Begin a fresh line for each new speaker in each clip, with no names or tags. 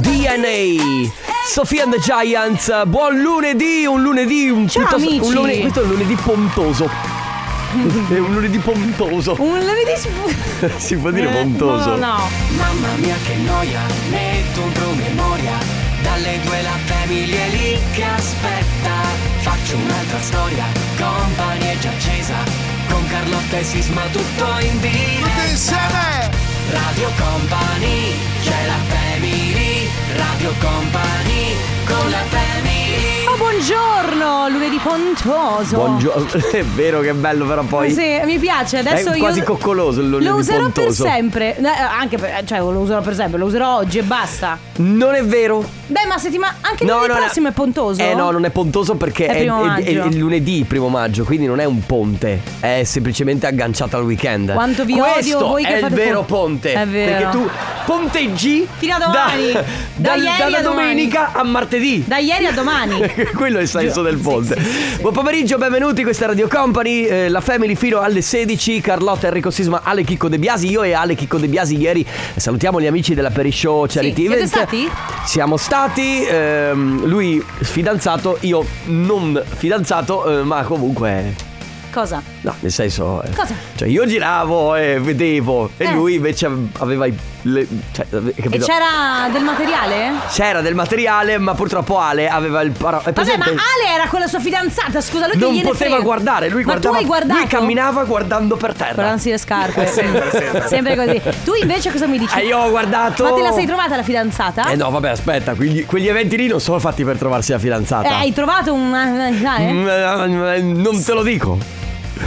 DNA Sofia and the Giants Buon lunedì Un lunedì un
Ciao,
piuttosto-
amici.
un lunedì, Questo è un lunedì pontoso È un lunedì pontoso
Un lunedì sp-
Si può dire pontoso
Oh, No, no,
Mamma mia che noia, metto un promemoria Dalle due la famiglia è lì che aspetta Faccio un'altra storia, compagnia è già accesa Con Carlotta e Sisma tutto in diretta Radio Company, c'è la family Radio Company, con la family
no. Oh, buongiorno, lunedì pontoso.
Buongiorno È vero che è bello però poi
Sì, mi piace, adesso
È
io
Eh, quasi coccoloso il lunedì
lo userò
pontoso.
per sempre. Eh, anche per, cioè lo userò per sempre, lo userò oggi e basta.
Non è vero
Beh, ma settimana anche lunedì prossimo è pontoso?
Eh no, non è pontoso perché
È
è,
primo
è- è-
maggio.
è lunedì, primo maggio, quindi non è un ponte, è semplicemente agganciato al weekend.
Quanto vi
Questo
odio voi che
è il
fate
vero
pon-
ponte.
È vero.
Perché tu ponteggi
Fino a domani.
da-
Da
dal-
ieri
dalla
a domani.
domenica a martedì.
Da ieri a domani.
Quello è il senso
Giù.
del
Sì,
ponte.
sì, sì, sì.
Buon pomeriggio, benvenuti. Questa è Radio Company, eh, la Family fino alle 16. Carlotta, Enrico Sisma, Ale Chicco De Biasi. Io e Ale Chicco De Biasi ieri eh, salutiamo gli amici della Peri Show Charity
Sì, siete
Event.
stati?
Siamo stati. ehm, lui fidanzato, io non fidanzato, eh, ma comunque.
Cosa?
No, nel senso. eh,
Cosa?
Cioè, io giravo e vedevo. E
Eh.
lui invece aveva i. le- cioè, ave-
E
capito?
c'era del materiale?
C'era del materiale, ma purtroppo Ale aveva il. Para- è
Vabbè, ma
presente-
Ale era con la sua fidanzata, scusa, lui che
non
gliene
poteva
frega.
guardare, lui
ma
guardava.
tu hai guardato?
Lui camminava Eh, guardando per terra.
Guardandosi le scarpe. sempre, sempre. così. Tu invece cosa mi dici?
E Eh, io ho guardato.
Ma te la sei trovata la fidanzata?
Eh no, vabbè, aspetta, quegli, quegli eventi lì non sono fatti per trovarsi la
Eh,
fidanzata.
hai trovato un... eh?
Mm, eh, eh, Non te lo dico. Ma
Ah, perché questo vuol dire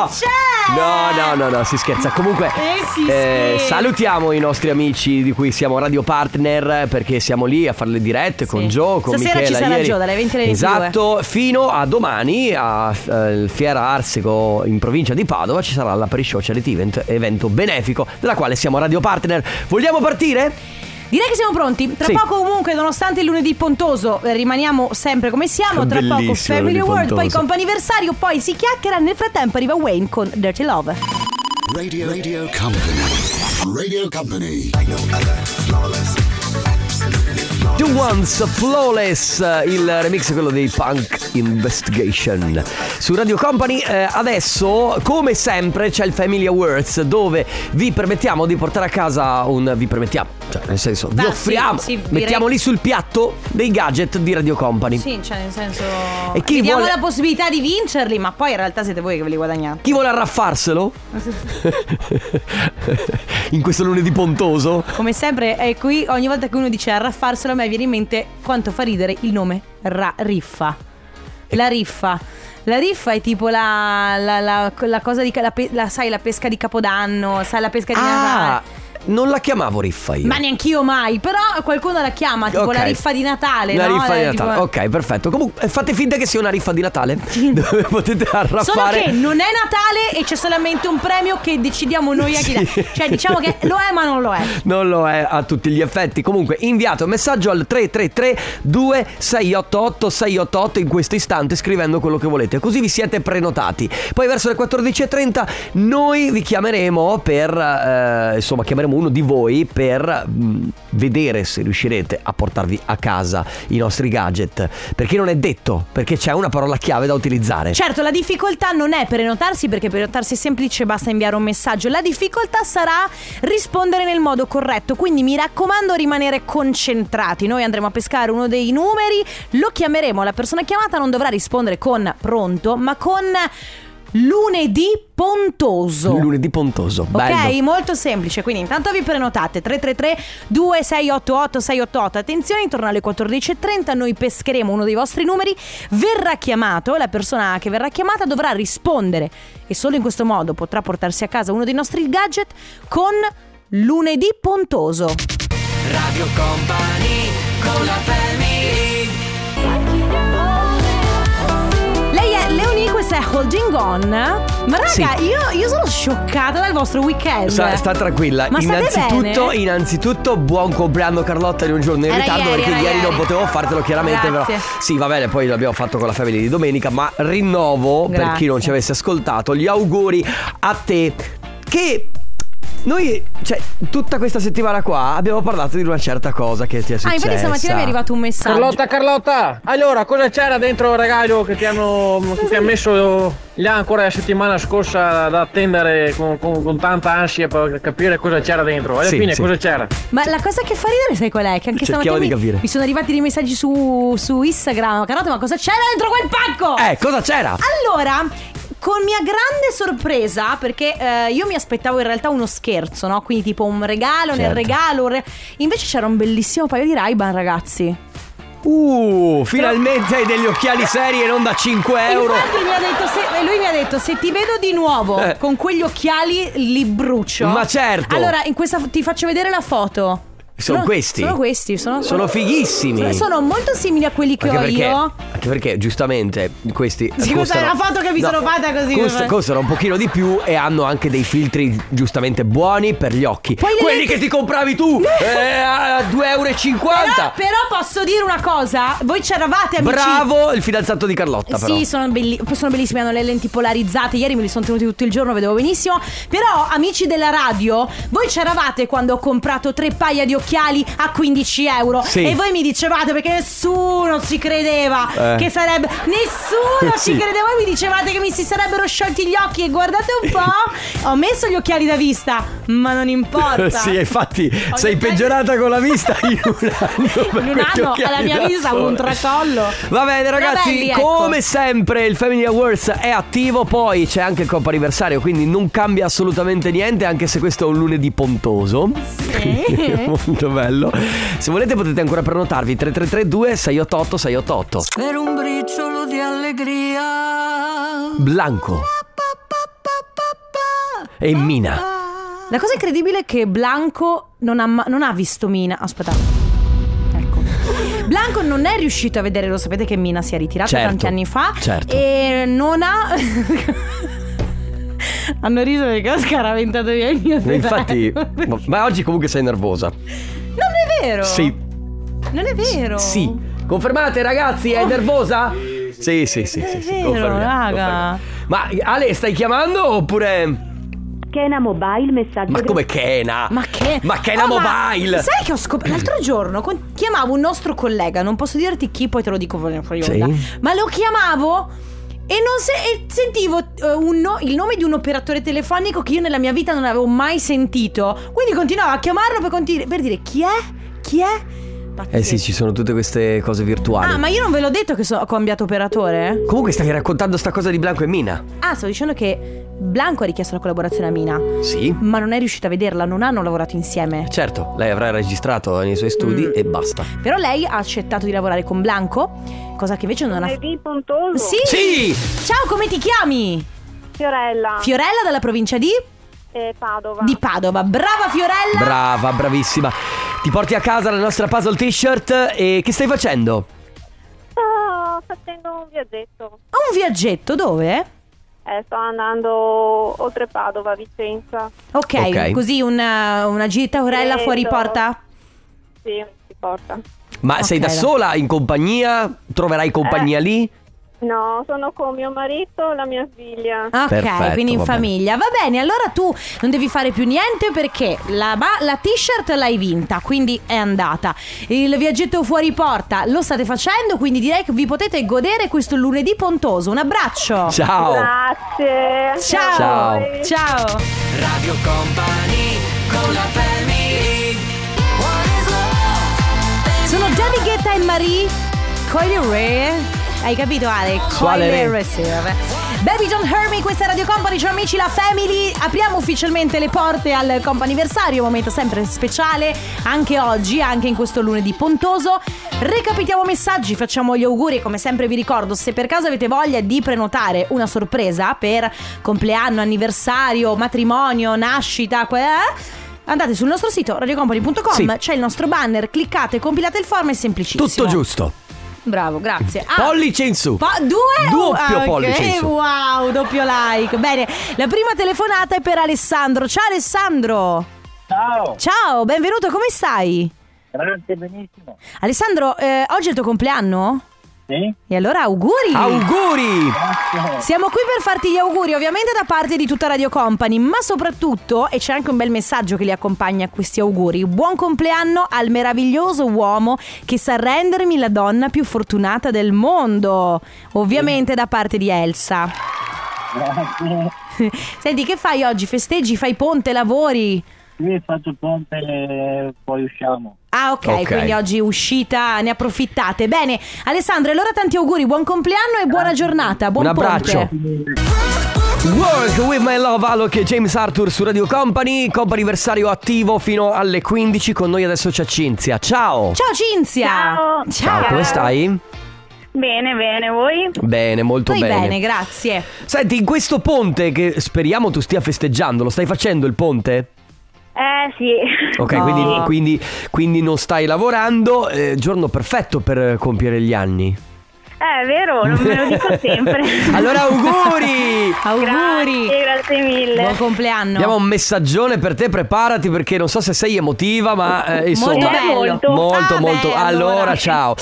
no.
che c'è!
No, no, no, no, si scherza. Comunque,
Eh, si scherza.
salutiamo i nostri amici di cui siamo radio partner eh, perché siamo lì a fare le dirette con
Sì.
Gio, con
Stasera ci
Michela
sarà
ieri.
Gio, dalle 20 alle 22.
Esatto, fino a domani a eh, Fiera Arsego in provincia di Padova ci sarà la pre-show charity event, evento benefico della quale siamo radio partner. Vogliamo partire?
Direi che siamo pronti. Tra
Sì.
poco, comunque, nonostante il lunedì pontoso, eh, rimaniamo sempre come siamo. Tra poco,
Bellissimo il
Family
lunedì
World, poi
pontoso.
comp'anniversario, poi si chiacchiera. Nel frattempo, arriva Wayne con Dirty Love.
Radio, Radio Company. Radio Company.
Two Once Flawless, eh, il remix è quello dei Punk Investigation. Su Radio Company eh, adesso, come sempre, c'è il Family Awards dove vi permettiamo di portare a casa un... vi permettiamo, cioè nel senso, vi
Ah, sì,
offriamo,
sì, direi-
mettiamo lì sul piatto dei gadget di Radio Company.
Sì, cioè, nel senso.
E chi
vi diamo
vuole-
la possibilità di vincerli, ma poi in realtà siete voi che ve li guadagnate.
Chi vuole arraffarselo? In questo lunedì pontoso?
Come sempre, è qui. Ogni volta che uno dice arraffarselo, a me viene in mente quanto fa ridere il nome Ra- Riffa. La riffa. La riffa è tipo la, la- la- la cosa di. La, pe- la- sai, la pesca di Capodanno, sai, la pesca di
Ah,
Natale.
non la chiamavo riffa io.
Ma neanch'io mai, però qualcuno la chiama tipo
Ok.
la riffa di Natale.
La
no?
riffa di
La- tipo-
Natale. Ok, perfetto. Comunque eh, fate finta che sia una riffa di Natale. Dove potete
Solo
arraffare.
che non è Natale e c'è solamente un premio che decidiamo noi a chi dà. Cioè, diciamo che lo è, ma non lo è.
Non lo è a tutti gli effetti. Comunque, inviate un messaggio al 333 2688 688 in questo istante scrivendo quello che volete. Così vi siete prenotati. Poi verso le 14.30 noi vi chiameremo per eh, insomma, chiameremo uno di voi per mh, vedere se riuscirete a portarvi a casa i nostri gadget. Perché non è detto, perché c'è una parola chiave da utilizzare.
Certo, la difficoltà non è prenotarsi perché prenotarsi è semplice, basta inviare un messaggio. La difficoltà sarà rispondere nel modo corretto, quindi mi raccomando rimanere concentrati. Noi andremo a pescare uno dei numeri, lo chiameremo, la persona chiamata non dovrà rispondere con pronto, ma con lunedì pontoso.
Lunedì pontoso,
Certo. Ok,
bello.
molto semplice, quindi intanto vi prenotate 333 2688 688. Attenzione, intorno alle 14:30 noi pescheremo uno dei vostri numeri, verrà chiamato, la persona che verrà chiamata dovrà rispondere e solo in questo modo potrà portarsi a casa uno dei nostri gadget con lunedì pontoso.
Radio Company, con la family
Lei è Leonie, questa è Holding On. Ma raga,
Sì.
io, io sono scioccata dal vostro weekend.
Sta, sta tranquilla.
Eh. Ma state
innanzitutto,
bene?
innanzitutto, buon compleanno Carlotta di un giorno in
Era
ritardo
ieri,
perché
era
ieri, non
ieri.
potevo fartelo chiaramente.
Grazie.
Però sì, va bene, poi l'abbiamo fatto con la famiglia di domenica, ma rinnovo per
Grazie.
chi non ci avesse ascoltato gli auguri a te. che noi, cioè, tutta questa settimana qua abbiamo parlato di una certa cosa che ti è successa.
Ah, infatti stamattina mi è arrivato un messaggio.
Carlotta, Carlotta, allora cosa c'era dentro il regalo che ti hanno che ti ha messo là ancora la settimana scorsa da attendere con, con- con tanta ansia per capire cosa c'era dentro? Alla
Sì,
fine
sì.
cosa c'era?
Ma la cosa che fa ridere sai qual è? Che anche
Cerchiamo
stamattina
di
mi-
capire.
mi sono arrivati dei messaggi su, su Instagram. Carlotta, ma cosa c'era dentro quel pacco?
Eh, cosa c'era?
Ah. Allora, con mia grande sorpresa, perché eh, io mi aspettavo in realtà uno scherzo, no? Quindi tipo un regalo
Certo.
nel regalo. un re- Invece c'era un bellissimo paio di Ray-Ban, ragazzi.
Uh, finalmente hai degli occhiali seri e non da 5 euro.
Infatti mi ha detto se- e lui mi ha detto se ti vedo di nuovo
Eh.
con quegli occhiali li brucio.
Ma certo.
Allora, in questa ti faccio vedere la foto.
Sono questi.
Sono questi, sono,
Sono fighissimi.
sono- Cioè, Sono molto simili a quelli che
Anche
ho
perché,
io.
anche perché, giustamente questi
Sì, questa
costano,
è una foto che mi sono fatta così,
cost-
vabbè.
Costano un pochino di più e hanno anche dei filtri giustamente buoni per gli occhi
Poi le
Quelli
lenti-
che ti compravi tu eh, a 2,50 euro
Però, però posso dire una cosa, voi c'eravate amici. Eh,
Bravo il fidanzato di Carlotta però
Sì, sono, belli- sono bellissimi, hanno le lenti polarizzate. Ieri me li sono tenuti tutto il giorno, vedevo benissimo. Però, amici della radio, voi c'eravate quando ho comprato tre paia di occhiali a 15 euro.
Sì.
E voi mi dicevate perché nessuno ci credeva
Eh.
che sarebbe. Nessuno
Sì.
ci credeva. Voi mi dicevate che mi si sarebbero sciolti gli occhi. E guardate un po', ho messo gli occhiali da vista, ma non importa.
Eh, Sì, infatti
Ho
sei
detto-
peggiorata con la vista in un anno. per
In un
questi
anno
occhiali
alla mia
da
vista avevo un
sole.
tracollo.
Va bene ragazzi,
Capelli, ecco.
come sempre il Family Awards è attivo, poi c'è anche il Coppa Anniversario, quindi non cambia assolutamente niente anche se questo è un lunedì pontoso. Quindi, Molto bello. Se volete potete ancora prenotarvi 3332 688 688.
Per un briciolo di allegria.
Blanco e Mina.
La cosa incredibile è che Blanco non ha, ma- non ha visto Mina. Aspetta. Ecco. Blanco non è riuscito a vedere, lo sapete che Mina si è ritirata
Certo,
tanti anni fa.
certo.
E non ha. Hanno riso perché ho scaraventato via il mio
Infatti,
telefono.
ma- ma oggi comunque sei nervosa.
Non è vero!
Sì.
Non è vero!
Sì. Confermate ragazzi, è nervosa? Sì, sì, sì, sì,
È
sì, sì,
vero,
confermiamo,
raga.
confermiamo. Ma Ale, stai chiamando oppure
Kena Mobile, messaggio.
Ma
del-
come Kena? Eh,
Ma che.
Ma Kena
Oh, ma
Mobile!
Sai che ho scoperto. L'altro giorno con- chiamavo un nostro collega, non posso dirti chi, poi te lo dico fuori fuori
Sì.
onda. Ma lo chiamavo. E, non se- e sentivo eh, un no- il nome di un operatore telefonico che io nella mia vita non avevo mai sentito. Quindi continuavo a chiamarlo per, conti- per dire chi è? Chi è?
Eh sì, ci sono tutte queste cose virtuali.
Ah, ma io non ve l'ho detto che so- ho cambiato operatore?
Comunque stavi raccontando sta cosa di Blanco e Mina.
Ah, stavo dicendo che Blanco ha richiesto la collaborazione a Mina,
Sì.
ma non è riuscita a vederla, non hanno lavorato insieme.
Certo, lei avrà registrato nei suoi studi
Mm.
e basta.
Però lei ha accettato di lavorare con Blanco, cosa che invece non ha fatto.
Lunedì Pontoso.
Sì.
Sì!
Ciao, come ti chiami?
Fiorella.
Fiorella dalla provincia di?
eh, Padova.
Di Padova. Brava Fiorella!
Brava, bravissima. Ti porti a casa la nostra puzzle t-shirt e che stai facendo?
Sto Ah, facendo un viaggetto.
un viaggetto dove?
Eh, sto andando oltre Padova, Vicenza.
Ok,
Ok.
così una, una gita Fiorella
Sì,
fuori
so.
porta.
Sì, si porta.
Ma sei da
Ok, va.
sola in compagnia? Troverai compagnia lì?
No, sono con mio marito e la mia figlia.
Ok,
Perfetto,
quindi in
va bene.
famiglia. Va bene, allora tu non devi fare più niente perché la, ba- la t-shirt l'hai vinta, quindi è andata. Il viaggetto fuori porta lo state facendo, quindi direi che vi potete godere questo lunedì pontoso. Un abbraccio.
Ciao!
Grazie. anche a
Ciao.
voi.
Ciao.
Radio Company con la family. What is love?
Sono David Guetta e Marie Coilere. Hai capito Ale?
Coilere.
Coilere, Eh sì, vabbè. Baby John Hermy, questa è Radio Company, ciao amici, la Family. Apriamo ufficialmente le porte al comp'anniversario, momento sempre speciale, anche oggi, anche in questo lunedì pontoso. Recapitiamo messaggi, facciamo gli auguri, come sempre vi ricordo, se per caso avete voglia di prenotare una sorpresa per compleanno, anniversario, matrimonio, nascita, que- eh, Andate sul nostro sito radiocompany.com,
Sì.
c'è il nostro banner, cliccate, compilate il form, è semplicissimo.
Tutto giusto.
Bravo, grazie. Ah,
Pollice in su.
po- due
Doppio
Ah, ok,
pollice in su.
Wow, doppio like. Bene, la prima telefonata è per Alessandro. Ciao Alessandro.
Ciao,
Ciao, benvenuto, come stai?
grazie benissimo.
Alessandro, eh, oggi è il tuo compleanno?
Sì?
E allora auguri!
Auguri!
Siamo qui per farti gli auguri, ovviamente da parte di tutta Radio Company, ma soprattutto, e c'è anche un bel messaggio che li accompagna a questi auguri, buon compleanno al meraviglioso uomo che sa rendermi la donna più fortunata del mondo, ovviamente da parte di Elsa. Senti, che fai oggi? Festeggi, fai ponte, lavori?
Io faccio ponte e poi usciamo.
Ah ok,
Ok.
quindi oggi uscita, ne approfittate. Bene, Alessandro, allora tanti auguri, buon compleanno e buona giornata, buon
Un abbraccio.
ponte.
Work with my love, Alok e James Arthur su Radio Company, comp'anniversario attivo fino alle 15, con noi adesso c'è Cinzia, ciao!
Ciao Cinzia!
Ciao.
Ciao, come stai?
Bene, bene, voi?
Bene, molto
Poi
bene.
bene. grazie.
Senti, in questo ponte che speriamo tu stia festeggiando, lo stai facendo il ponte?
Eh sì.
Ok,
No.
quindi, quindi- quindi non stai lavorando, eh, giorno perfetto per eh, compiere gli anni.
Eh, È vero, non me lo dico sempre.
allora auguri!
Auguri!
Grazie, grazie mille.
Buon compleanno.
Abbiamo un messaggione per te, preparati perché non so se sei emotiva, ma eh, insomma...
Molto bello.
molto.
Molto,
Ah,
molto.
beh,
allora,
allora.
ciao.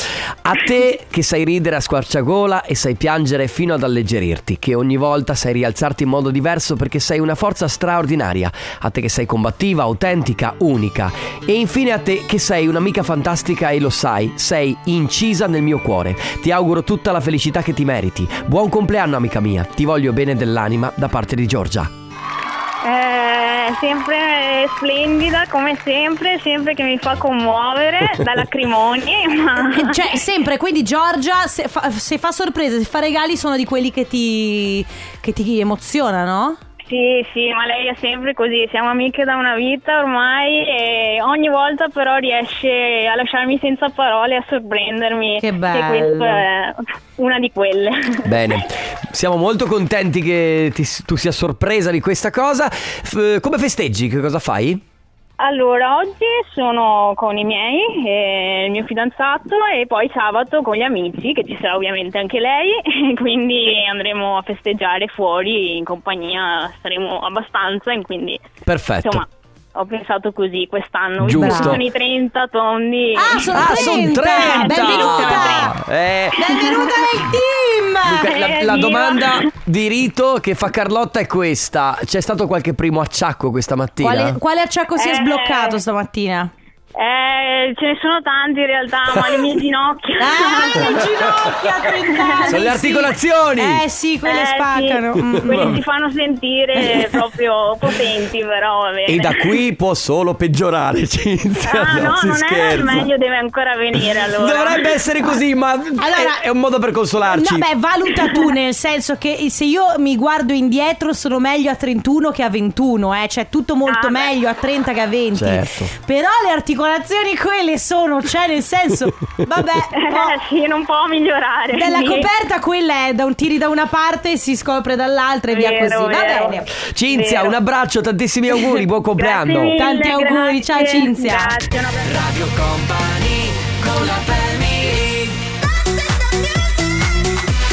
A te che sai ridere a squarciagola e sai piangere fino ad alleggerirti, che ogni volta sai rialzarti in modo diverso perché sei una forza straordinaria. A te che sei combattiva, autentica, unica. E infine a te che sei un'amica fantastica e lo sai, sei incisa nel mio cuore. Ti auguro tutta la felicità che ti meriti. Buon compleanno, amica mia. Ti voglio bene dell'anima da parte di Giorgia.
Eh, sempre splendida, come sempre, sempre che mi fa commuovere da lacrimoni. Ma...
Eh, Cioè, sempre, quindi Giorgia, se fa, se fa sorprese, se fa regali, sono di quelli che ti, che ti emozionano?
Sì, sì, ma lei è sempre così, siamo amiche da una vita ormai e ogni volta però riesce a lasciarmi senza parole, a sorprendermi.
Che
E
bello.
questa è una di quelle.
Bene, siamo molto contenti che ti- tu sia sorpresa di questa cosa. F- come festeggi? Che cosa fai?
Allora, oggi sono con i miei, e il mio fidanzato e poi sabato con gli amici, che ci sarà ovviamente anche lei, e quindi andremo a festeggiare fuori in compagnia, saremo abbastanza e quindi
Ecco. Perfetto.
insomma... Ho pensato così quest'anno, visto che
Giusto.
sono i 30 tondi.
Ah, sono
ah,
30!
sono 30!
Benvenuta!
Eh,
Benvenuta nel team!
Luca, la,
Eh,
la
viva.
domanda di rito che fa Carlotta è questa. C'è stato qualche primo acciacco questa mattina?
Quale, quale acciacco si è
Eh.
sbloccato stamattina?
Eh, ce ne sono tanti in realtà, ma le mie ginocchia.
Ah, le ginocchia, 30 anni,
Sono le
sì.
articolazioni!
Eh sì, quelle
Eh, sì,
spaccano. Mm.
Quelli si fanno sentire proprio potenti, però va bene.
E da qui può solo peggiorare, Cinzia.
Ah, no,
si
non è il
scherza.
meglio, deve ancora venire allora.
Dovrebbe essere così, ma
Allora-
è, è un modo per consolarci.
No, beh, valuta tu, nel senso che se io mi guardo indietro sono meglio a 31 che a 21, eh? cioè tutto molto
Ah, beh.
meglio a 30 che a 20.
Certo.
Però le articolazioni quelle sono, cioè nel senso, vabbè,
Eh,
oh,
sì, non può migliorare.
della
quindi-
coperta quella è da un tiri da una parte e si scopre dall'altra e via
Vero,
così. Va
vero.
bene.
Cinzia,
Vero.
un abbraccio, tantissimi auguri, buon compleanno.
Grazie mille,
Tanti auguri, ciao,
grazie.
Cinzia.
Grazie, un abbraccio.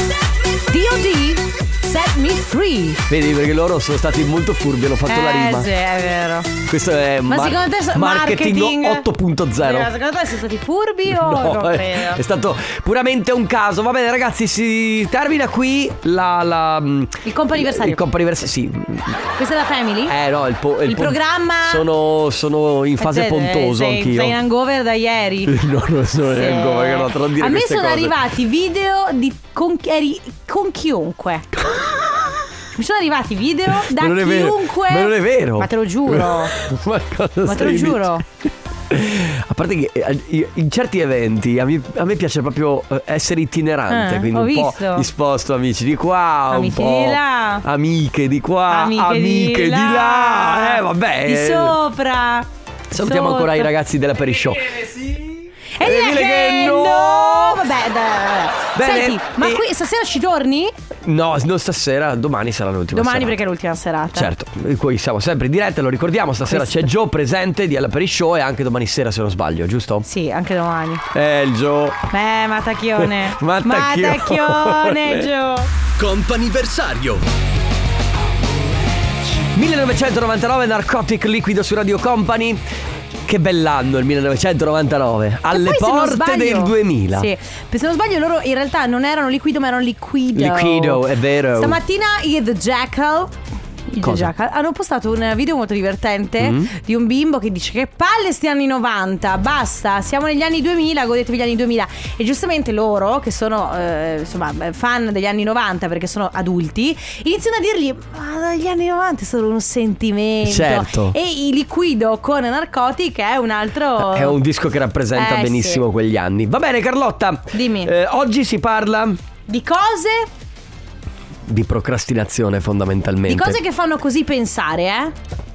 DOD Set Me Free.
Vedi perché loro sono stati molto furbi, hanno fatto la
eh
rima.
sì, è vero.
Questo è
Ma
mar-
secondo te so-
marketing,
marketing
8.0
Ma secondo te sono stati furbi o
No, eh,
non
è,
credo?
è stato puramente un caso. Va bene, ragazzi, si termina qui la. la mm,
Il comp'anniversario.
Il comp'anniversario, sì.
Questa è la family?
Eh no, il, po-
Il
po-
programma?
Sono, sono in fase
Eh,
pontoso
sei,
anch'io.
Sei in hangover da ieri.
no, non sono in
Sì.
hangover, che non te lo dire
A me
queste
sono
cose.
arrivati video di con, chi- eri con chiunque. Mi sono arrivati video da
Ma non è vero,
chiunque.
ma non è vero.
Ma te lo giuro.
Ma, cosa
Ma te
stai
lo giuro.
dicendo? A parte che eh, in certi eventi a me, a me piace proprio eh, essere itinerante,
Eh,
quindi
ho
un po'
visto.
disposto amici di qua,
Amici
un po'
di là.
amiche di qua, Ah, amiche di là. Eh vabbè.
Di sopra.
Salutiamo
sotto.
ancora i ragazzi della Perishow.
E
Eh,
dire
dire
che,
che
no!
no!
Vabbè, dai, vabbè.
Bene,
Senti, ma
e-
qui stasera ci torni?
No, non stasera, domani sarà l'ultima
Domani
serata.
perché è l'ultima serata.
Certo, qui siamo sempre in diretta, lo ricordiamo, stasera
Questo.
c'è Joe presente di Alla Perishow e anche domani sera se non sbaglio, giusto?
Sì, anche domani.
Eh, il Joe.
Beh, Matacchione.
Mattacchione.
Mattacchione, Gio.
Comp'anniversario 1999 Narcotic Liquido su Radio Company Che bell'anno il 1999, alle
Che poi, se non
porte
sbaglio-
del 2000.
Sì, perché se non sbaglio loro in realtà non erano liquido ma erano liquido.
Liquido, è vero.
Stamattina i The Jackal... i The
Cosa? Mm.
Jackal hanno postato un video molto divertente di un bimbo che dice che palle sti anni 90, basta, siamo negli anni 2000, godetevi gli anni 2000. E giustamente loro, che sono eh, insomma fan degli anni 90 perché sono adulti, iniziano a dirgli ma gli anni 90 sono un sentimento.
Certo.
E il liquido con narcotic è un altro...
È un disco che rappresenta
Eh,
benissimo
sì.
quegli anni. Va bene, Carlotta.
Dimmi.
Eh, oggi si parla
Di cose
di procrastinazione,
Di
fondamentalmente.
cose che fanno così pensare, eh?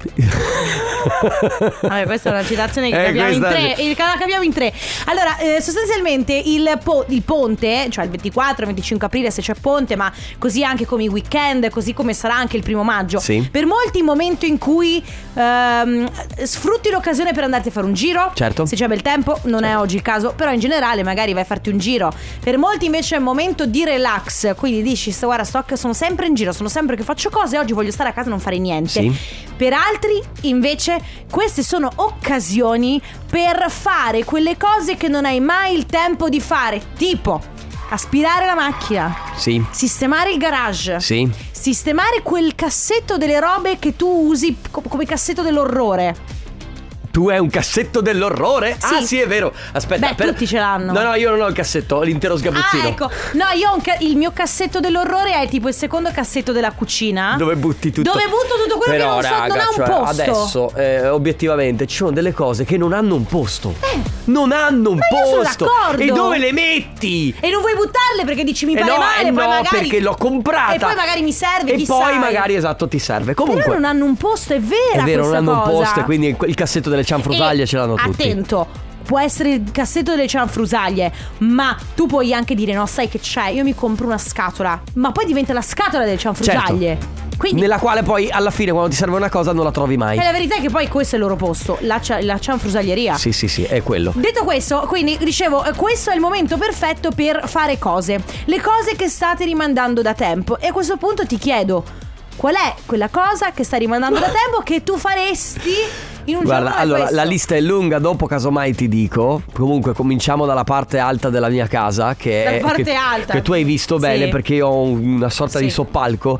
Vabbè, questa è una citazione che
Eh,
abbiamo in
questa-
tre. il- La capiamo in tre. Allora, eh, sostanzialmente il, po- il ponte, cioè il 24, 25 aprile se c'è ponte, ma così anche come i weekend, così come sarà anche il primo maggio.
Sì.
Per molti il momento in cui ehm, sfrutti l'occasione per andarti a fare un giro.
Certo.
Se c'è bel tempo, non è oggi il caso, però in generale magari vai a farti un giro. Per molti invece è un momento di relax, quindi dici "Sto- guarda sto, sono sempre in giro, sono sempre che faccio cose, oggi voglio stare a casa e non fare niente.
Sì.
Per altri invece queste sono occasioni per fare quelle cose che non hai mai il tempo di fare, tipo aspirare la macchina,
Sì.
sistemare il garage.
Sì.
Sistemare quel cassetto delle robe che tu usi co- come cassetto dell'orrore.
Tu è un cassetto dell'orrore? Ah,
Sì.
sì, è vero. Aspetta,
Beh, tutti ce l'hanno.
No, no, io non ho il cassetto, ho l'intero sgabuzzino.
Ah, ecco. No, io ho un ca- il mio cassetto dell'orrore è tipo il secondo cassetto della cucina.
Dove butti tutto
Ah? Dove butto tutto quello
Però,
che non, so-
raga,
non ha un
cioè,
posto.
Adesso eh, obiettivamente Ci sono delle cose Che non hanno un posto
Eh,
Non hanno un
ma io sono
posto
d'accordo.
E dove le metti?
E non vuoi buttarle perché dici mi
Eh
pare
no,
male,
eh
poi
no,
magari
perché l'ho comprata.
E poi magari mi serve,
E
chissà.
poi magari esatto ti serve Comunque
Però non hanno un posto, è vera
È vero, non
questa
hanno un
cosa.
posto e quindi il cassetto delle cianfrusaglie
E
ce l'hanno tutti.
Attento. Può essere il cassetto delle cianfrusaglie, ma tu puoi anche dire: No, sai che c'è? Io mi compro una scatola. Ma poi diventa la scatola delle
Certo.
cianfrusaglie. Quindi Eh,
Nella quale poi alla fine quando ti serve una cosa non la trovi mai.
E la verità è che poi questo è il loro posto, la, cia- la cianfrusaglieria.
Sì, sì, sì, è quello.
Detto questo, quindi dicevo, eh, questo è il momento perfetto per fare cose. Le cose che state rimandando da tempo. E a questo punto ti chiedo, qual è quella cosa che stai rimandando da tempo che tu faresti in un giorno
Guarda,
come
allora
questo?
la lista è lunga, dopo casomai ti dico. Comunque cominciamo dalla parte alta della mia casa che
Dalla
è-
parte
che,
alta.
che tu hai visto bene
Sì.
perché io ho un- una sorta di
Sì.
soppalco.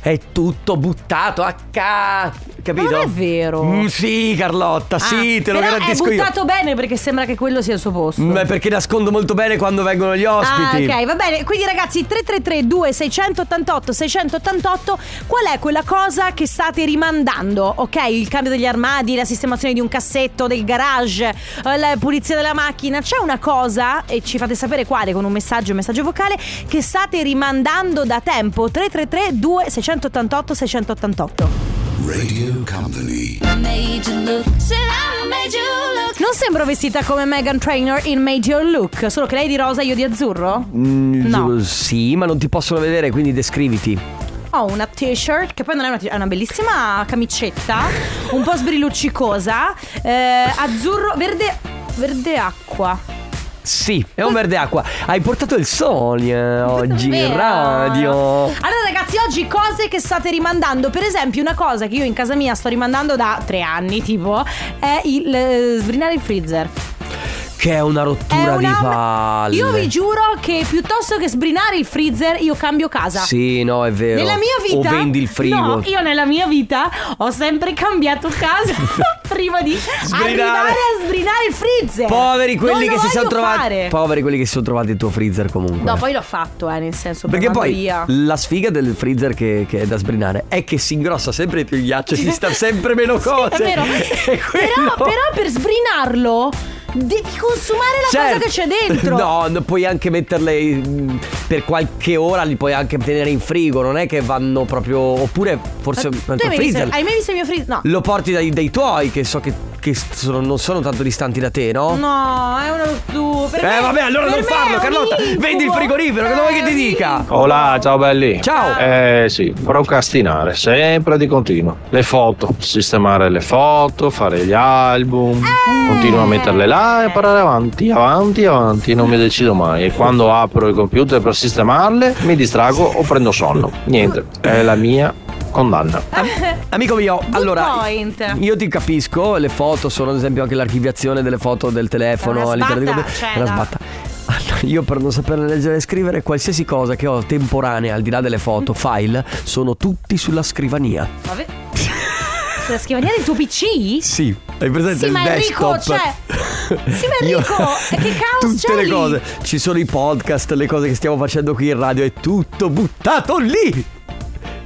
È tutto buttato a ca... capito?
Ma non è vero.
Mm, sì, Carlotta, sì,
Ah,
te lo
però
garantisco
è
io. Mm,
buttato bene perché sembra che quello sia il suo posto.
Ma perché nascondo molto bene quando vengono gli
Ah,
ospiti.
ok, va bene. Quindi, ragazzi, 333 2688 688 qual è quella cosa che state rimandando? Ok, il cambio degli armadi, la sistemazione di un cassetto, del garage, eh, la pulizia della macchina. C'è una cosa, e ci fate sapere quale con un messaggio, un messaggio vocale, che state rimandando da tempo. 333 2688 688
Radio Company.
Non sembro vestita come Megan Trainor in Major Look, solo che lei è di rosa e io di azzurro?
Mm,
No.
Sì, ma non ti possono vedere, quindi descriviti.
Ho Oh, una t-shirt che poi non è una t-shirt, è una bellissima camicetta, un po' sbrilluccicosa, eh, azzurro, verde, verde acqua.
Sì, è un verde acqua. Hai portato il sole oggi in
Vero.
radio.
Allora ragazzi, oggi cose che state rimandando, per esempio una cosa che io in casa mia sto rimandando da tre anni tipo, è il eh, sbrinare il freezer.
Che è una rottura di palle.
Io vi giuro che piuttosto che sbrinare il freezer io cambio casa.
Sì, no, è vero.
esatto. Nella mia vita
O vendi il frigo.
No, io nella mia vita ho sempre cambiato casa prima di
Sbrinare.
arrivare a sbrinare il freezer.
Poveri quelli
Non
che
lo
si sono
voglio
trovati.
fare.
Poveri quelli che si sono trovati il tuo freezer comunque.
No, poi l'ho fatto, eh, nel senso
Perché
provando
poi
via.
la sfiga del freezer che, che è da sbrinare è che si ingrossa sempre più il ghiaccio, si sta sempre meno
Sì,
cose.
è vero.
E quello-
però, però per sbrinarlo devi consumare la cosa
Certo.
che c'è dentro.
No, no, puoi anche metterle mm, per qualche ora, li puoi anche tenere in frigo, non è che vanno proprio. Oppure
Ma
forse
tu
anche
hai mai visto-
freezer.
hai mai visto il mio freezer? No.
Lo porti dai, dai tuoi, che so che, che sono- non sono tanto distanti da te, no?
No, è una rottura. Per
Eh,
me-
vabbè, allora
per
non
me
farlo,
è un
Carlotta.
incubo.
Vendi il frigorifero, che non vuoi che ti
Eh,
dica?
sì.
Hola, ciao belli.
Ciao!
Ah.
Eh sì, procrastinare, sempre di continuo. Le foto, sistemare le foto, fare gli album, continuo a metterle là e parlare avanti, avanti, avanti, non mi decido mai. E quando apro il computer per sistemarle mi distrago o prendo sonno. Niente, è la mia condanna.
Amico mio, allora
point.
io ti capisco, le foto sono ad esempio anche l'archiviazione delle foto del telefono
È una
all'interno
sbatta,
di computer.
cioè,
è una
da-
sbatta. Allora, Io per non sapere leggere e scrivere qualsiasi cosa che ho temporanea al di là delle foto, file, sono tutti sulla scrivania.
Vabbè. Sulla scrivania del tuo PC?
Sì, hai presente
Sì,
il
ma Enrico,
desktop?
cioè- Sì, ma Enrico, e che caos
Tutte
c'è
le
lì?
cose, ci sono i podcast, le cose che stiamo facendo qui in radio, è tutto buttato lì!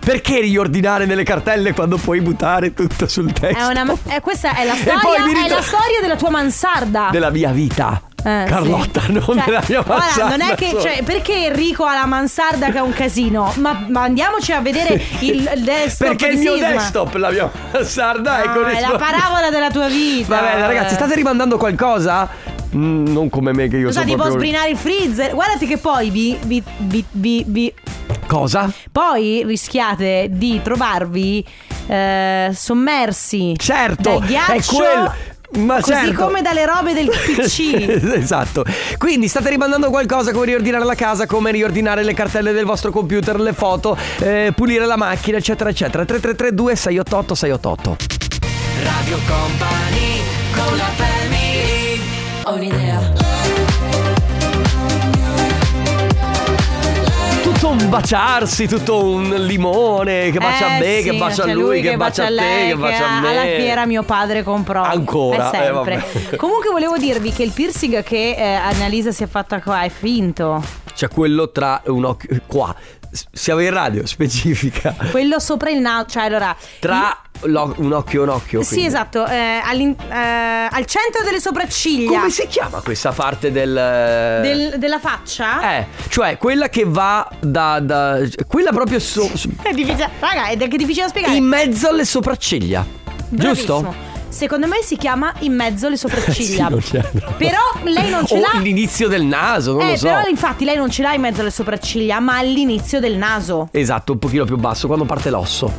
Perché riordinare nelle cartelle quando puoi buttare tutto sul testo?
È una, eh, questa è la
E poi mi
storia, è
ritro-
la storia della tua mansarda.
della mia vita.
Eh,
Carlotta,
sì.
non
Cioè,
della mia
guarda,
mansarda.
non è che
sola.
cioè, perché Enrico ha la mansarda che è un casino? Ma, ma andiamoci a vedere il il desktop.
Perché
di
il mio
Sisma.
desktop, eh, la mia mansarda è
Ah, è
corrispondente.
la eh. parabola della tua vita.
Va bene, ragazzi, state rimandando qualcosa? Mm, non come me che io
Cosa
sono
ti può
proprio...
sbrinare il freezer? Guardati che poi vi, vi, vi, vi- vi-
Cosa?
poi rischiate di trovarvi eh, sommersi
Certo,
dal ghiaccio.
è quello. Ma
così
certo.
come dalle robe del PC.
esatto. Quindi state rimandando qualcosa come riordinare la casa, come riordinare le cartelle del vostro computer, le foto, eh, pulire la macchina, eccetera, eccetera. 3332 688 688.
Radio Company con la family Ho un'idea
Tutto un baciarsi, tutto un limone che bacia a me,
Eh,
che
sì,
bacia a
c'è
lui, che bacia a te,
lei,
che bacia a me.
Alla fiera mio padre comprò.
Ancora,
È
eh,
sempre.
vabbè.
Comunque volevo dirvi che il piercing che eh, Annalisa si è fatta qua è finto.
C'è quello tra un occhio qua. S- Siamo in radio specifica.
Quello sopra il naso, cioè allora
Tra lo- un occhio e un occhio.
Sì,
quindi.
esatto, eh, all'in- eh, al centro delle sopracciglia
Come si chiama questa parte del
del- della faccia.
Eh, cioè quella che va da, da- quella proprio so- so-
È difficile, raga, è anche difficile da spiegare.
in mezzo alle sopracciglia.
Bravissimo.
Giusto? Eh
Secondo me si chiama in mezzo alle sopracciglia.
Sì, non ce l'hanno.
Però lei non ce
o
l'ha.
l'inizio del naso, Oh, non
eh,
lo so.
però infatti lei non ce l'ha in mezzo alle sopracciglia, ma all'inizio del naso.
Esatto, un pochino più basso quando parte l'osso.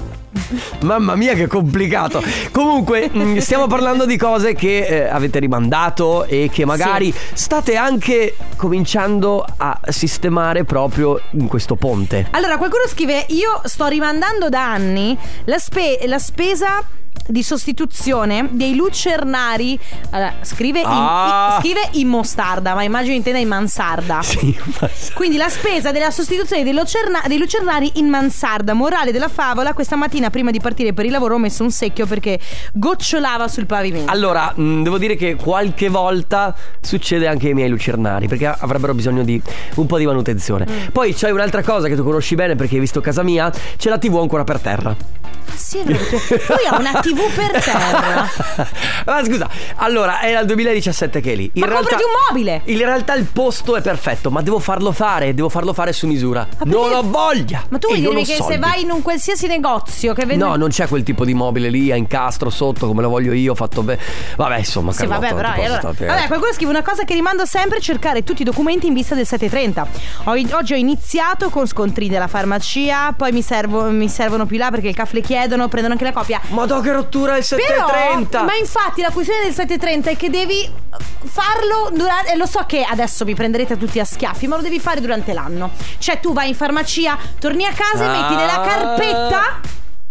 Mamma mia che complicato Comunque mh, stiamo parlando di cose che eh, avete rimandato E che magari state anche cominciando a sistemare proprio in questo ponte
Allora, qualcuno scrive: Io sto rimandando da anni la, spe- la spesa di sostituzione dei lucernari. Allora, scrive, in,
Ah.
i- scrive in mostarda, ma immagino intenda in mansarda.
Sì, ma-
Quindi la spesa della sostituzione dei, lucerna- dei lucernari in mansarda. Morale della favola: questa mattina prima di partire per il lavoro ho messo un secchio perché gocciolava sul pavimento.
Allora, mh, devo dire che qualche volta succede anche ai miei lucernari, perché avrebbero bisogno di un po' di manutenzione. Poi c'è un'altra cosa che tu conosci bene perché hai visto casa mia, c'è la TV ancora per terra.
Ah, sì, è vero, perché lui ha una TV per terra.
Ma scusa, allora è dal 2017 che è lì. In
Ma comprati un mobile!
In realtà il posto è perfetto, ma devo farlo fare, devo farlo fare su misura. Non ho voglia!
Ma tu
e
vuoi
non
dirmi
ho
che
soldi.
se vai in un qualsiasi negozio che vende
No, non c'è quel tipo di mobile lì a incastro sotto come lo voglio io, fatto bene. Vabbè, insomma,
Sì,
Carlotta,
vabbè,
non
però.
ti posso
allora-
sapere.
vabbè, qualcuno scrive una cosa che rimando sempre: cercare tutti i documenti in vista del 7.30. Ho- oggi ho iniziato con scontrini della farmacia, poi mi, servo- mi servono più là perché il caffè le chiedono, prendono anche la copia.
Madò che rottura il 7.30
Però, ma infatti la questione del 7.30 è che devi uh, farlo durante. E lo so che adesso mi prenderete tutti a schiaffi, ma lo devi fare durante l'anno. Cioè, tu vai in farmacia, torni a casa e metti nella
Ah.
carpetta.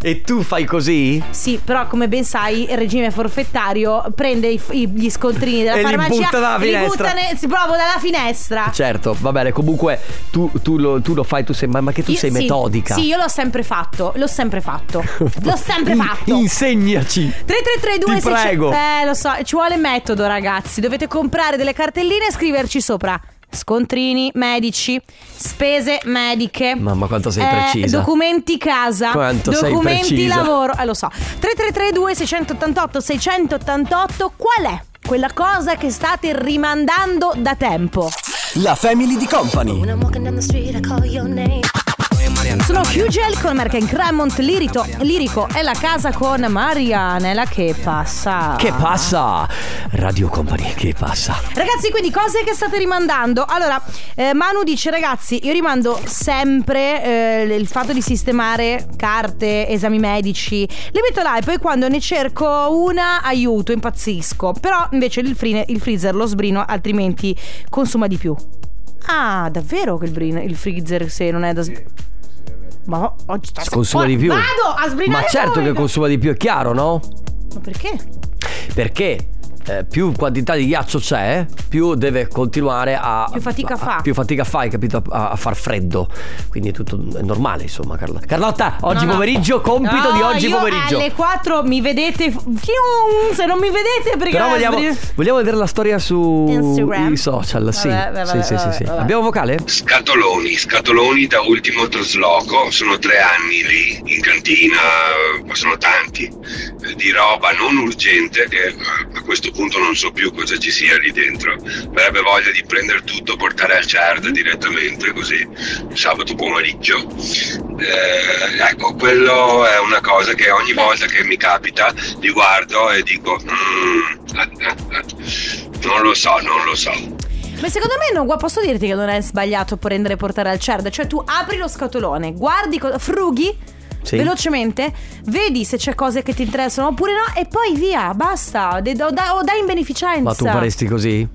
E tu fai così?
Sì, però come ben sai, il regime forfettario prende i- i- gli scontrini della
E li
farmacia
butta dalla finestra.
Li butta ne- proprio dalla finestra.
Certo, va bene, comunque tu, tu lo, tu lo fai, tu sei, ma, ma che tu
Io-
sei
sì,
metodica.
Sì, io l'ho sempre fatto, l'ho sempre fatto. l'ho sempre fatto.
Insegnaci.
3332
Ti prego.
Eh, lo so, ci vuole metodo, ragazzi. Dovete comprare delle cartelline e scriverci sopra. Scontrini, medici, spese mediche. Eh,
Mamma, quanto sei precisa.
Documenti casa.
Quanto sei
documenti
precisa.
lavoro. Eh, lo so. 3332 688 688 qual è? Quella cosa che state rimandando da tempo.
La family di company.
Sono Hugel con Merken Cremont Lirito, Lirico è la casa con Marianela che passa.
Che passa? Radio Company, che passa?
Ragazzi, quindi cose che state rimandando. Allora, eh, Manu dice: Ragazzi, io rimando sempre eh, il fatto di sistemare carte, esami medici. Le metto là e poi quando ne cerco una, aiuto, impazzisco. Però invece il, frine- il freezer lo sbrino, altrimenti consuma di più. Ah, davvero che il, brin- il freezer se non è da. s- Ma oggi sta
Consuma di più.
Vado a sbrinare
Ma certo
fuori.
che consuma di più, è chiaro, no?
Ma perché?
Perché eh, più quantità di ghiaccio c'è, più deve continuare a.
Più fatica
a-
fa.
Più fatica fa, hai capito? A, a far freddo. Quindi è tutto è normale, insomma, Carla. Carlotta, oggi
No, no.
pomeriggio, compito
No,
di oggi
io
pomeriggio.
Alle 4 mi vedete. Fium, se non mi vedete, perché
Però
la
vogliamo,
sbri-
vogliamo vedere la storia su
Instagram?
i social. sì.
Vabbè,
sì,
vabbè,
sì, sì,
vabbè,
sì.
vabbè.
Abbiamo vocale?
Scatoloni, scatoloni da ultimo trasloco, sono tre anni lì in cantina, eh, sono tanti, eh, di roba non urgente che eh, a questo punto non so più cosa ci sia lì dentro, avrebbe voglia di prendere tutto, portare al CERD direttamente così, sabato pomeriggio. Eh, ecco, quello è una cosa che ogni volta che mi capita li guardo e dico, "Mm, ah, ah, ah, non lo so, non lo so.
Ma secondo me non gua- posso dirti che non è sbagliato prendere e portare al CERD. Cioè, tu apri lo scatolone, guardi, cosa- frughi.
Sì.
Velocemente, vedi se c'è cose che ti interessano oppure no, e poi via, basta. De- o, da- o dai in beneficenza.
Ma tu faresti così?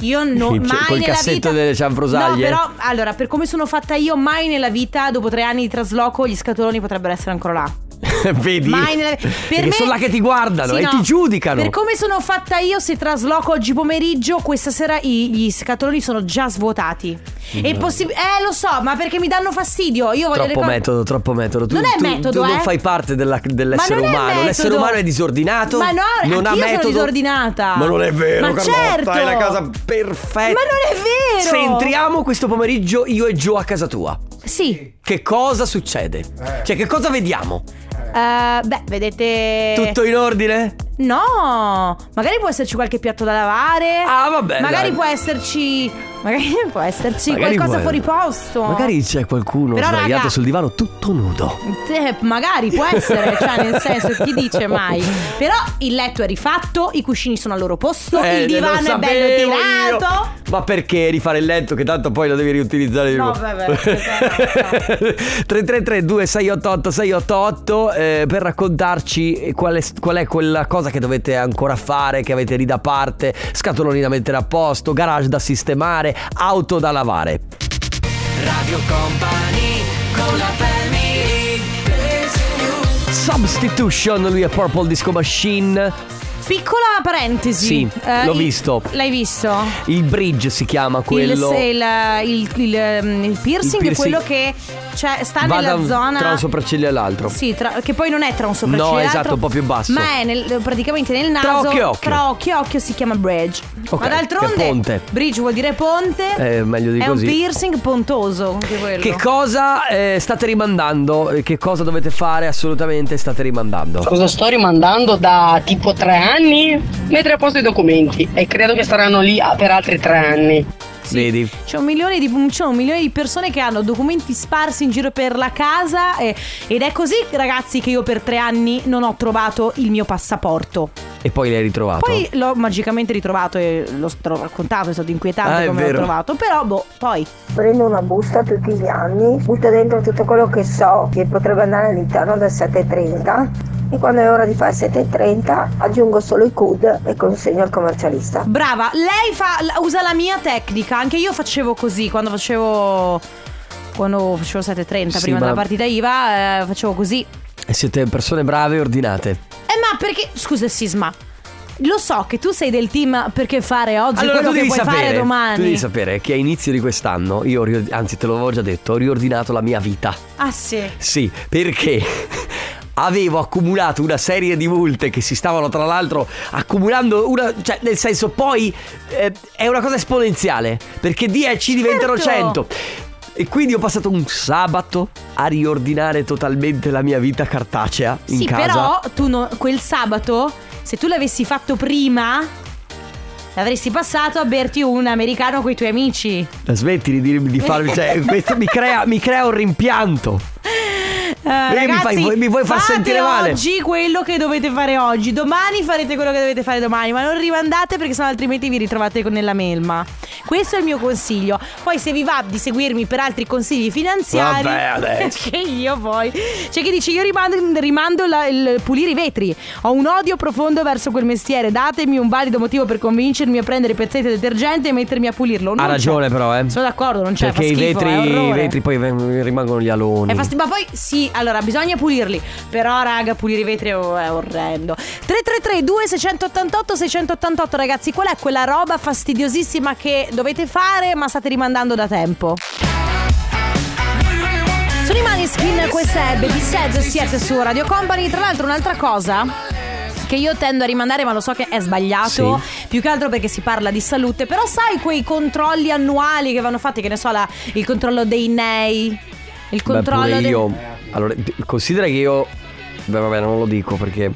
Io no,
Sì,
mai
cioè, col
nella
cassetto
vita...
delle cianfrosaglie.
No, però allora, per come sono fatta io, mai nella vita, dopo tre anni di trasloco, gli scatoloni potrebbero essere ancora là.
Vedi?
Mai nella... per
Perché
me-
sono là che ti guardano
Sì,
e
no.
ti giudicano.
Per come sono fatta io, se trasloco oggi pomeriggio, questa sera i- gli scatoloni sono già svuotati. È possibile. Eh, lo so, ma perché mi danno fastidio. Io voglio
Mm. Troppo
le co-
metodo, troppo metodo. Tu,
Non è
tu-
metodo,
tu non
eh.
fai parte della- dell'essere
Ma non è
umano.
metodo.
L'essere umano è disordinato.
Ma no,
non ha
anch'io sono
metodo.
disordinata.
Ma non è vero,
Ma
Carlotta,
certo.
è la casa perfetta.
Ma non è vero.
Se entriamo questo pomeriggio io e Gio a casa tua.
Sì.
Che cosa succede? Cioè, che cosa vediamo?
Eh, beh, vedete.
Tutto in ordine?
No, magari può esserci qualche piatto da lavare.
Ah, vabbè,
Magari
dai.
può esserci. Magari può esserci
Magari
qualcosa
vuoi-
fuori posto.
Magari c'è qualcuno
Però,
sdraiato
raga-
sul divano tutto nudo.
Eh, magari può essere, cioè nel senso chi dice mai. Però il letto è rifatto, i cuscini sono al loro posto,
Eh,
il
lo
divano è bello
sapevo io.
tirato.
Ma perché rifare il letto che tanto poi lo devi riutilizzare di
No,
più?
vabbè, vabbè,
333 2688 688 eh, per raccontarci qual è, qual è quella cosa che dovete ancora fare, che avete lì da parte, scatoloni da mettere a posto, garage da sistemare, auto da lavare.
Radio Company con la family
Substitution, lui è Purple Disco Machine.
Piccola parentesi.
Sì,
Eh,
l'ho
il-
visto.
L'hai visto?
Il bridge si chiama quello.
Il, il, il- il- ehm, il piercing,
Il piercing.
quello che cioè, sta
va da
nella
un-
zona.
tra un sopracciglio e l'altro.
Sì, tra- che poi non è tra un sopracciglio
No,
e
esatto,
l'altro,
un po' più basso.
Ma è nel- praticamente nel naso.
Tra occhio e occhio.
Tra occhio e occhio si chiama bridge.
Ok,
Ma d'altronde.
che è ponte.
Bridge vuol dire ponte.
Eh, meglio di
è
così.
un piercing pontoso. Anche quello.
Che cosa eh, state rimandando? Eh, Che cosa dovete fare? Assolutamente state rimandando.
Cosa sto rimandando da tipo tre anni? Mettere a posto i documenti e credo che saranno lì a- per altri tre anni.
Vedi?
C'è un, milione di, c'è un milione di persone che hanno documenti sparsi in giro per la casa e- ed è così ragazzi che io per tre anni non ho trovato il mio passaporto.
E poi l'hai ritrovato.
Poi l'ho magicamente ritrovato e l'ho te l'ho raccontato, è stato inquietante
Ah, è
come
vero.
l'ho trovato, però boh, poi
Prendo una busta tutti gli anni, butto dentro tutto quello che so che potrebbe andare all'interno del 730 e quando è ora di fare il 730 aggiungo solo i CUD e consegno al commercialista.
brava, lei fa- la- usa la mia tecnica, anche io facevo così quando facevo quando facevo 7.30
Sì,
prima
ma-
della partita IVA, eh, facevo così.
E siete persone brave e ordinate.
Eh ma perché, scusa il sisma, lo so che tu sei del team perché fare oggi quello che puoi fare domani.
tu devi sapere che a inizio di quest'anno, io, ho riord- anzi te l'avevo già detto, ho riordinato la mia vita.
Ah sì.
Sì, perché avevo accumulato una serie di multe che si stavano tra l'altro accumulando una cioè nel senso poi eh, è una cosa esponenziale perché 10 diventano 100
Certo.
e quindi ho passato un sabato a riordinare totalmente la mia vita cartacea in
sì,
casa
però tu no- quel sabato, se tu l'avessi fatto prima, l'avresti passato a berti un americano con i tuoi amici.
La smettili di, di farmi cioè, questo mi crea mi crea un rimpianto Vedi, mi fai-
Eh, ragazzi,
mi vuoi far
fate
sentire male.
oggi quello che dovete fare oggi. Domani farete quello che dovete fare domani. Ma non rimandate perché sennò altrimenti vi ritrovate con- nella melma. Questo è il mio consiglio. Poi, se vi va di seguirmi per altri consigli finanziari,
Vabbè, adesso.
che io poi. C'è chi dice: Io rimando, rimando la- il pulire i vetri. Ho un odio profondo verso quel mestiere. Datemi un valido motivo per convincermi a prendere i pezzetti di detergente e mettermi a pulirlo. Non
Ha
c'è.
ragione però, eh.
Sono d'accordo, non c'è.
Perché i
fa schifo,
vetri,
è
i
orrore.
vetri poi ven- rimangono gli aloni.
È fastid- ma poi sì, allora bisogna pulirli. Però, raga, pulire i vetri è è orrendo. 333-2688-688, ragazzi, qual è quella roba fastidiosissima che dovete fare ma state rimandando da tempo? Sono i Maneskin, questa è Baby Sad, siete su Radio Company. Tra l'altro, un'altra cosa che io tendo a rimandare, ma lo so che è sbagliato, più che altro perché si parla di salute, però sai quei controlli annuali che vanno fatti, che ne so, la- il controllo dei nei, il
Beh,
controllo
pure
dei...
io. Allora, d- considera che io. Beh, vabbè, non lo dico perché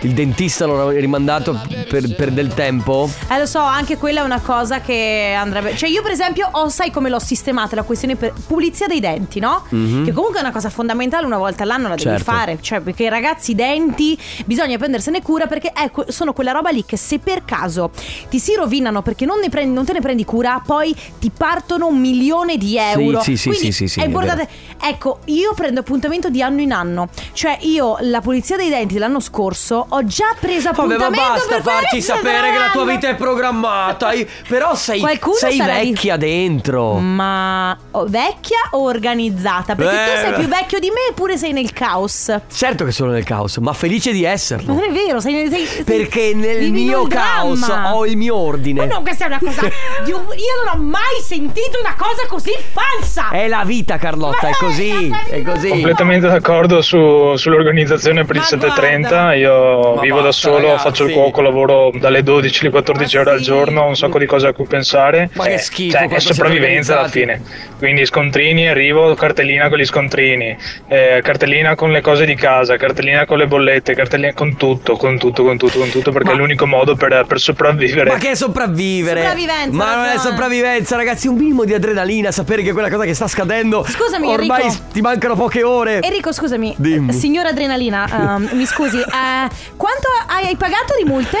il dentista l'ho rimandato per, per del tempo.
Eh lo so, anche quella è una cosa che andrebbe. Cioè, io, per esempio, ho, sai come l'ho sistemata la questione per pulizia dei denti, no? Che comunque è una cosa fondamentale, una volta all'anno la devi
Mhm. Certo.
fare. Cioè, perché ragazzi, i denti bisogna prendersene cura perché ecco, sono quella roba lì che se per caso ti si rovinano perché non, ne prendi- non te ne prendi cura, poi ti partono un milione di euro.
sì, sì,
Quindi
sì, sì, sì,
è
è
importante. Ecco, io prendo appuntamento di anno in anno. Cioè, io la pulizia dei denti dell'anno scorso ho già preso
Vabbè,
appuntamento
ma basta
per fare
farci
questa
sapere che la tua
domanda.
vita è programmata. Io- Però sei,
Qualcuno
sei
sarà di- Mm.
vecchia dentro.
Ma oh, vecchia o organizzata? Perché
Eh,
tu sei
beh.
più vecchio di me eppure sei nel caos. Ma
Certo che sono nel caos, ma felice di esserlo.
non è vero, sei, sei, sei-
Perché nel
vivi in
mio
un
caos
dramma.
ho il mio
Ma
ordine.
no, questa è una cosa. Dio, io non ho mai sentito una cosa così falsa.
È la vita, Carlotta,
Ma
Eh, è
dai,
così.
ma dai,
È
ma-
così.
Completamente d'accordo su- sull'organizzazione per il
Ma
730.
guarda.
Io
Ma
vivo da
basta,
solo,
ragazzi.
faccio il cuoco, lavoro dalle 12 alle 14
Ma
ore al
sì.
giorno, un sacco di cose a cui pensare.
Ma che schifo,
cioè,
quanto
è
siete
sopravvivenza alla fine. Quindi scontrini, arrivo, cartellina con gli scontrini, eh, cartellina con le cose di casa, cartellina con le bollette, cartellina con tutto, con tutto, con tutto, con tutto, perché
Ma-
è l'unico modo per, per sopravvivere.
Ma che è sopravvivere?
Sopravvivenza,
Ma non è
ragione.
sopravvivenza, ragazzi. Un minimo di adrenalina, sapere che quella cosa che sta scadendo.
Scusami,
Ormai
Enrico.
ti mancano poche ore.
Enrico, scusami, eh,
Dimmi.
signora Adrenalina, ehm, mi scusi, eh, quanto hai pagato di multe?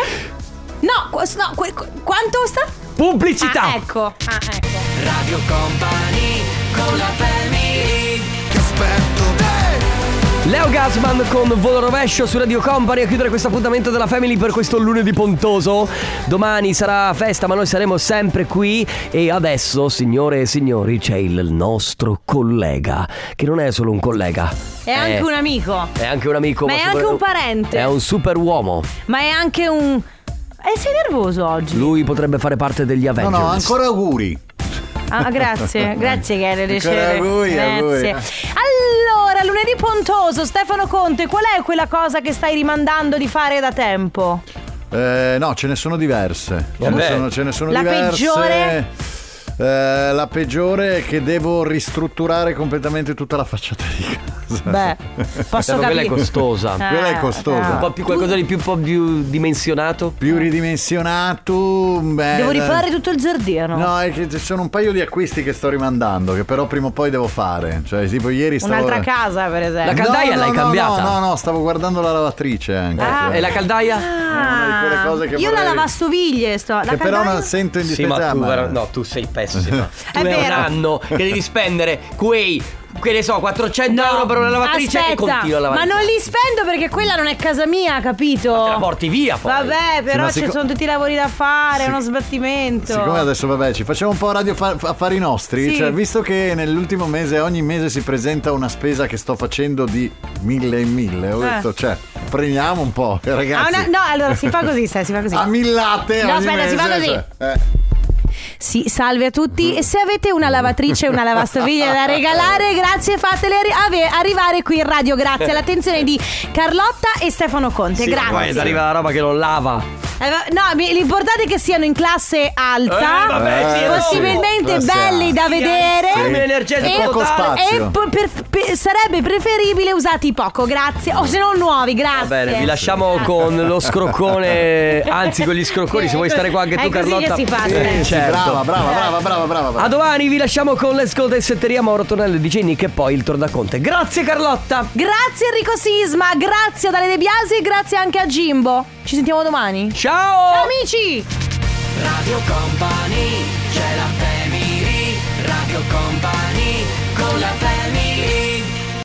No, qu- no que- qu- quanto sta?
Pubblicità.
Ah, ecco, ah, ecco.
Radio Company con la family Ti aspetto te
Leo Gasman con Volo Rovescio su Radio Company a chiudere questo appuntamento della Family per questo lunedì pontoso. Domani sarà festa, ma noi saremo sempre qui. E adesso, signore e signori, c'è il nostro collega, che non è solo un collega, Eh.
È anche un amico.
È anche un amico,
Ma è anche un parente.
È un super uomo.
Ma è anche un. Eh, sei nervoso oggi?
Lui potrebbe fare parte degli
No,
Avengers.
no, ancora auguri.
Ah, grazie, grazie che le
Ancora a voi, a voi.
Grazie. Allora, lunedì pontoso, Stefano Conte, qual è quella cosa che stai rimandando di fare da tempo?
Eh, no, ce ne sono diverse. Ce ne
Vabbè.
sono, ce ne sono
La
diverse.
peggiore?
Eh, la peggiore è che devo ristrutturare completamente tutta la facciata di casa.
Beh, posso
Però quella è
capire.
costosa.
Ah,
Eh, Quella è costosa.
Un po' più qualcosa di più, un po' più dimensionato.
Più ridimensionato. beh,
Devo
Eh,
la-
rifare tutto il giardino.
No, è che ci sono un paio di acquisti che sto rimandando, che però prima o poi devo fare. Cioè, tipo ieri stavo. Eh,
Un'altra casa, per
La
esempio.
caldaia
no,
l'hai
no,
cambiata?
No, no, no, stavo guardando la lavatrice anche.
Ah.
Cioè,
E la caldaia?
una di quelle cose che
io la
vorrei-
lavastoviglie sto. La
Che però
caldaia-
non sento
Sì, ma tu, vera-
indispensabile.
no, tu sei pessima. tu
È
hai un
vero.
anno che devi spendere quei, che ne so, 400 euro per una lavatrice e
Aspetta,
continua a lavare.
ma non li spendo perché quella non è casa mia, capito?
Te la porti via poi.
Vabbè, però
ma
ci
sicco-
sono tutti i lavori da fare, è
Sì.
uno sbattimento.
Siccome adesso vabbè ci facciamo un po' radio fa- fa- affari nostri,
Certo. Sì.
cioè visto che nell'ultimo mese ogni mese si presenta una spesa che sto facendo di mille e mille, ho
Eh.
detto cioè prendiamo un po' eh,
Ah,
ragazzi.
una- no, allora si fa così, sai, si fa così.
A millate
No,
ogni
aspetta, si
mese,
fa così.
cioè, eh.
Sì, salve a tutti. E se avete una lavatrice e una lavastoviglie da regalare, grazie, fatele arri- ave- arrivare qui in radio. Grazie all'attenzione di Carlotta e Stefano Conte.
Sì, ma
grazie.
poi arriva la roba che non lava.
Eh, va- No, mi- l'importante è che siano in classe alta,
Eh, vabbè, sì,
possibilmente
no. Classe
belli da
alta.
vedere.
Sì. Come energetico
E-
poco spazio.
E po- per- per- sarebbe preferibile usati poco, grazie. O se no nuovi, grazie.
Va bene, vi lasciamo
Ah.
con lo scroccone, anzi con gli scrocconi, se vuoi stare qua anche
È
tu
così
Carlotta.
che si fa,
Sì,
Stefano.
certo.
eh, Brava, brava, brava, brava, brava. brava.
A domani vi lasciamo con Let's Go del Setteria Mauro Tonello di Nick e poi il Tornaconte. Grazie Carlotta!
Grazie Enrico Sisma, grazie a Dale De Biasi e grazie anche a Jimbo. Ci sentiamo domani.
Ciao!
Ciao amici!
Radio Company, c'è la family, Radio Company.